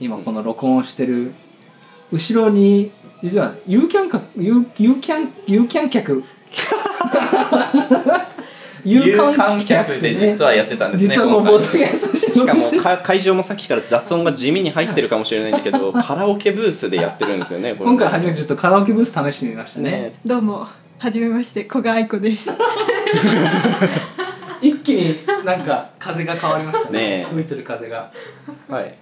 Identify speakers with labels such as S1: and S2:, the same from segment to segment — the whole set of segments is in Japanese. S1: 今この録音してる後ろに実は有キャン客有有キャン有キャン 客
S2: 有観客で実
S1: は
S2: はやってたんですね
S1: 実はもうポ
S2: 今
S1: ッ
S2: 回
S1: ドキャスト収
S2: しか
S1: 録
S2: も
S1: して
S2: か会場もさっきから雑音が地味に入ってるかもしれないんだ けどカラオケブースでやってるんですよねこれ
S1: 今回初めてちょっとカラオケブース試してみましたね
S2: ね
S3: どうも、はじめまして、古賀愛子です。
S1: 一気になんか風が変わりましたね
S2: ねえ
S1: 吹いてる風が
S2: はい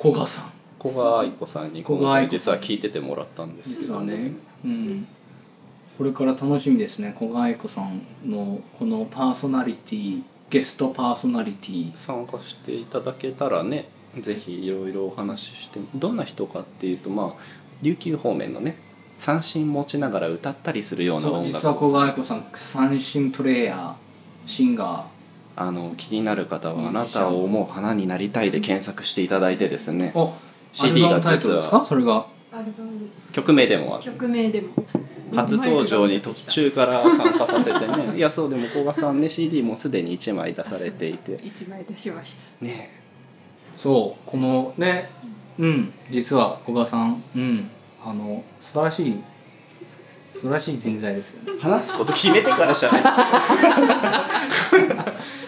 S1: 古賀さん
S2: 古賀愛子さんに
S1: 古
S2: 今
S1: 賀愛
S2: 回
S1: 子
S2: 実は聞いててもらったんですけ
S1: 実
S2: ど
S1: はね、うん、これから楽しみですね古賀愛子さんのこのパーソナリティゲストパーソナリティ
S2: 参加していただけたらねぜひいろいろお話ししてどんな人かっていうとまあ琉球方面のね三振持ちながら歌ったりするような
S1: そう
S2: 音
S1: 実は
S2: 楽
S1: 古
S2: を
S1: 賀愛子さん三振プレイヤーシンガ
S2: あの気になる方
S1: ミュ
S2: は「
S1: ー
S2: あな
S1: ジシャン
S2: たを思う花になりたい」で検索していただいてですね
S1: ーお
S2: CD
S1: アルバム
S2: が
S1: タイト
S2: 実
S1: ルですか
S2: は
S1: それが
S3: アルバム、
S2: 曲名でもある
S3: 曲名でも。
S2: 初登場に途中から参加させてね いやそうでも古賀さんね CD もすでに1枚出されていて
S3: 一枚出しまし
S2: ね
S1: そうこのねうん実は古賀さんうんあの素晴らしい素晴らしい人材ですよね
S2: 話すこと決めてからしゃべって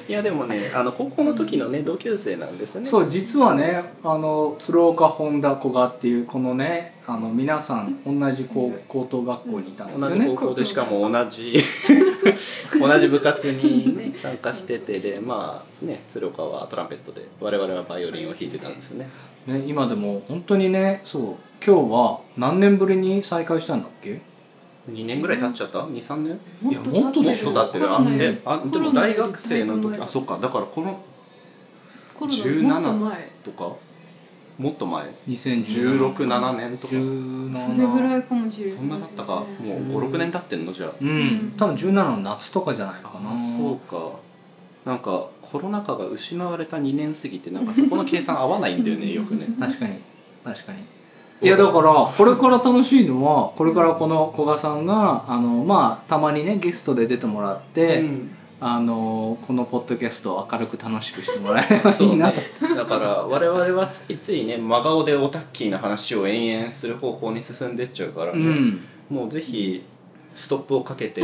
S2: いやでもねあの高校の時のね同級生なんですね
S1: そう実はねあの鶴岡本田古賀っていうこのねあの皆さん同じ高高等学校にいたんです
S2: 同
S1: よ
S2: じ
S1: ね
S2: 高校でしかも同 じ同じ部活にね参加しててでまあね鶴岡はトランペットで我々はバイオリンを弾いてたんですね
S1: ね今でも本当にねそう今日は何年ぶりに再会したんだっけ
S2: 2年ぐらい経っちゃった23年
S3: た。
S1: いやもっとでしょ
S2: だってるあ
S3: コロナよ
S2: え
S3: り
S2: あでも大学生の時あそっかだからこの
S3: コロナ
S2: 17
S3: もっと前。
S2: とかもっと前
S1: 2016
S2: 1617年とか
S3: それぐ
S1: 17
S3: らいかもしれない。
S2: そんなだったかもう
S1: うん
S2: 56年経ってんのじゃ
S1: う
S3: うん
S1: ん多分17の夏とかじゃないか
S2: あ
S1: な
S2: あそうかなんかコロナ禍が失われた2年過ぎてなんかそこの計算合わないんだよ ねよくね
S1: 確かに確かにいやだからこれから楽しいのはこれからこの古賀さんがあのまあたまにねゲストで出てもらって、
S2: うん
S1: あのこのポッドキャストを明るく楽しくしてもらえれば
S2: そ
S1: いういな
S2: ね
S1: と、
S2: だから我々はついついね真顔でオタッキーな話を延々する方向に進んでっちゃうから
S1: う
S2: ね、
S1: ん
S2: もうぜひストップをかけて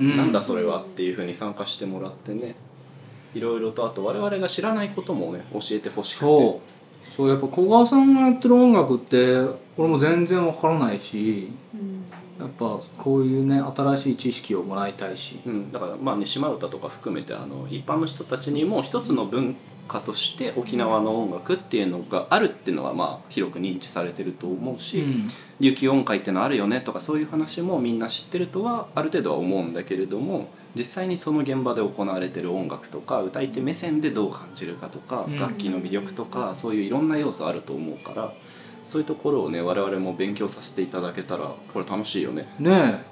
S1: うん
S2: なんだそれはっていうふうに参加してもらってねいろいろとあと我々が知らないこともね教えてほしくて
S1: そうそうやっぱ古賀さんがやってる音楽って俺も全然わからないし
S3: うん。
S1: やっぱこういうね新しい知識をもらいたいし
S2: うん、だからまあね島唄とか含めてあの一般の人たちにも一つの文化として沖縄の音楽っていうのがあるっていうのはまあ広く認知されてると思うし、
S1: うん
S2: 琉球音階ってのあるよねとかそういう話もみんな知ってるとはある程度は思うんだけれども実際にその現場で行われてる音楽とか歌い手目線でどう感じるかとか、
S1: うん
S2: 楽器の魅力とかそういういろんな要素あると思うからそういうところをね我々も勉強させていただけたらこれ楽しいよね。
S1: ねえ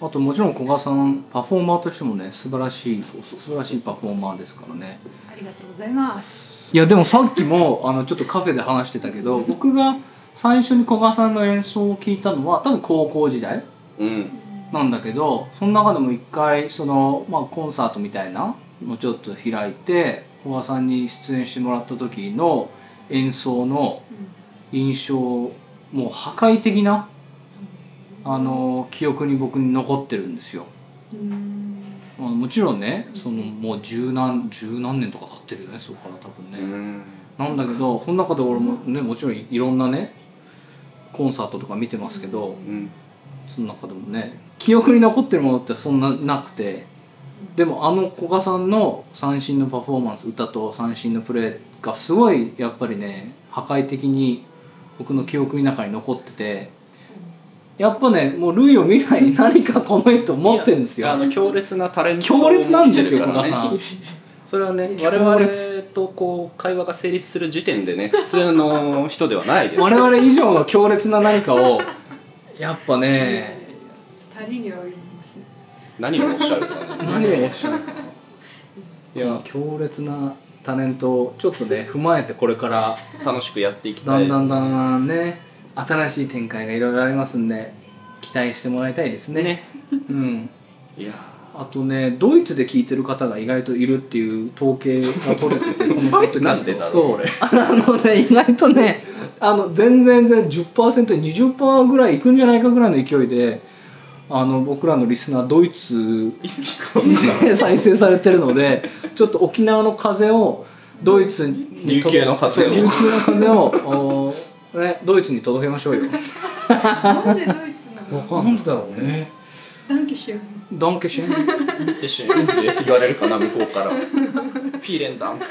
S1: あともちろん古賀さんパフォーマーとしてもね素晴らしい素晴らしいパフォーマーですからね
S3: ありがとうございます。
S1: いやでもさっきもあのちょっとカフェで話してたけど僕が最初に古賀さんの演奏を聞いたのは多分高校時代
S2: うん、
S1: なんだけどその中でも一回その、まあ、コンサートみたいなのをちょっと開いて古賀さんに出演してもらった時の演奏の印象もう破壊的なあの記憶に僕に残ってるんですよ。
S3: うん。
S1: まあ、もちろんねそのもう十何十何年とか経ってるよねそこから多分ね。
S2: うん
S1: なんだけどその中で俺もねもちろんいろんなねコンサートとか見てますけど
S2: うん
S1: その中でもね記憶に残ってるものってそんななくてでもあの古賀さんの三振のパフォーマンス歌と三振のプレーがすごいやっぱりね破壊的に僕の記憶の中に残っててやっぱねもう類を見ない何かこの人持ってるんですよ
S2: いやあの強烈なタレント
S1: 強烈なんですよ
S2: を
S1: 古
S2: 持っ
S1: 賀
S2: てるか
S1: さ
S2: らね
S1: ん。
S2: それはね
S1: 強
S2: 我
S1: 烈
S2: 々とこう会話が成立する時点でね普通の人ではないで す
S1: 我々以上の強烈な何かをやっぱね
S3: 二人には言いますね。
S2: 何をおっしゃるか
S1: 何をおっしゃる
S2: い
S1: い
S2: や
S1: や強烈なタレントをちょっとね踏まえてこれから
S2: 楽しくやっていきた
S1: だ
S2: いで
S1: ん
S2: す
S1: だんだんだんね新しい展開がいろいろありますんで期待してもらいたいですね
S2: ね
S1: うん
S2: いや
S1: あとねドイツで聞いてる方が意外といるって いう統計が取れててこのポッドキャスト
S2: なんでだろう
S1: そ
S2: これ
S1: あのね意外とねあの全然全然 10%20% ぐらいいくんじゃないかぐらいの勢いであの僕らのリスナードイツで 再生されてるのでちょっと沖縄の風をドイツに
S2: 琉球の風を
S1: そう琉球の風をおね、ドイツに届けまし ょうよ。
S3: なんでドイツなの
S1: なんでだろうね。
S3: ダンキッシュ
S1: ダンケシェン。
S2: って言われるかな向こうからフィーレンダンク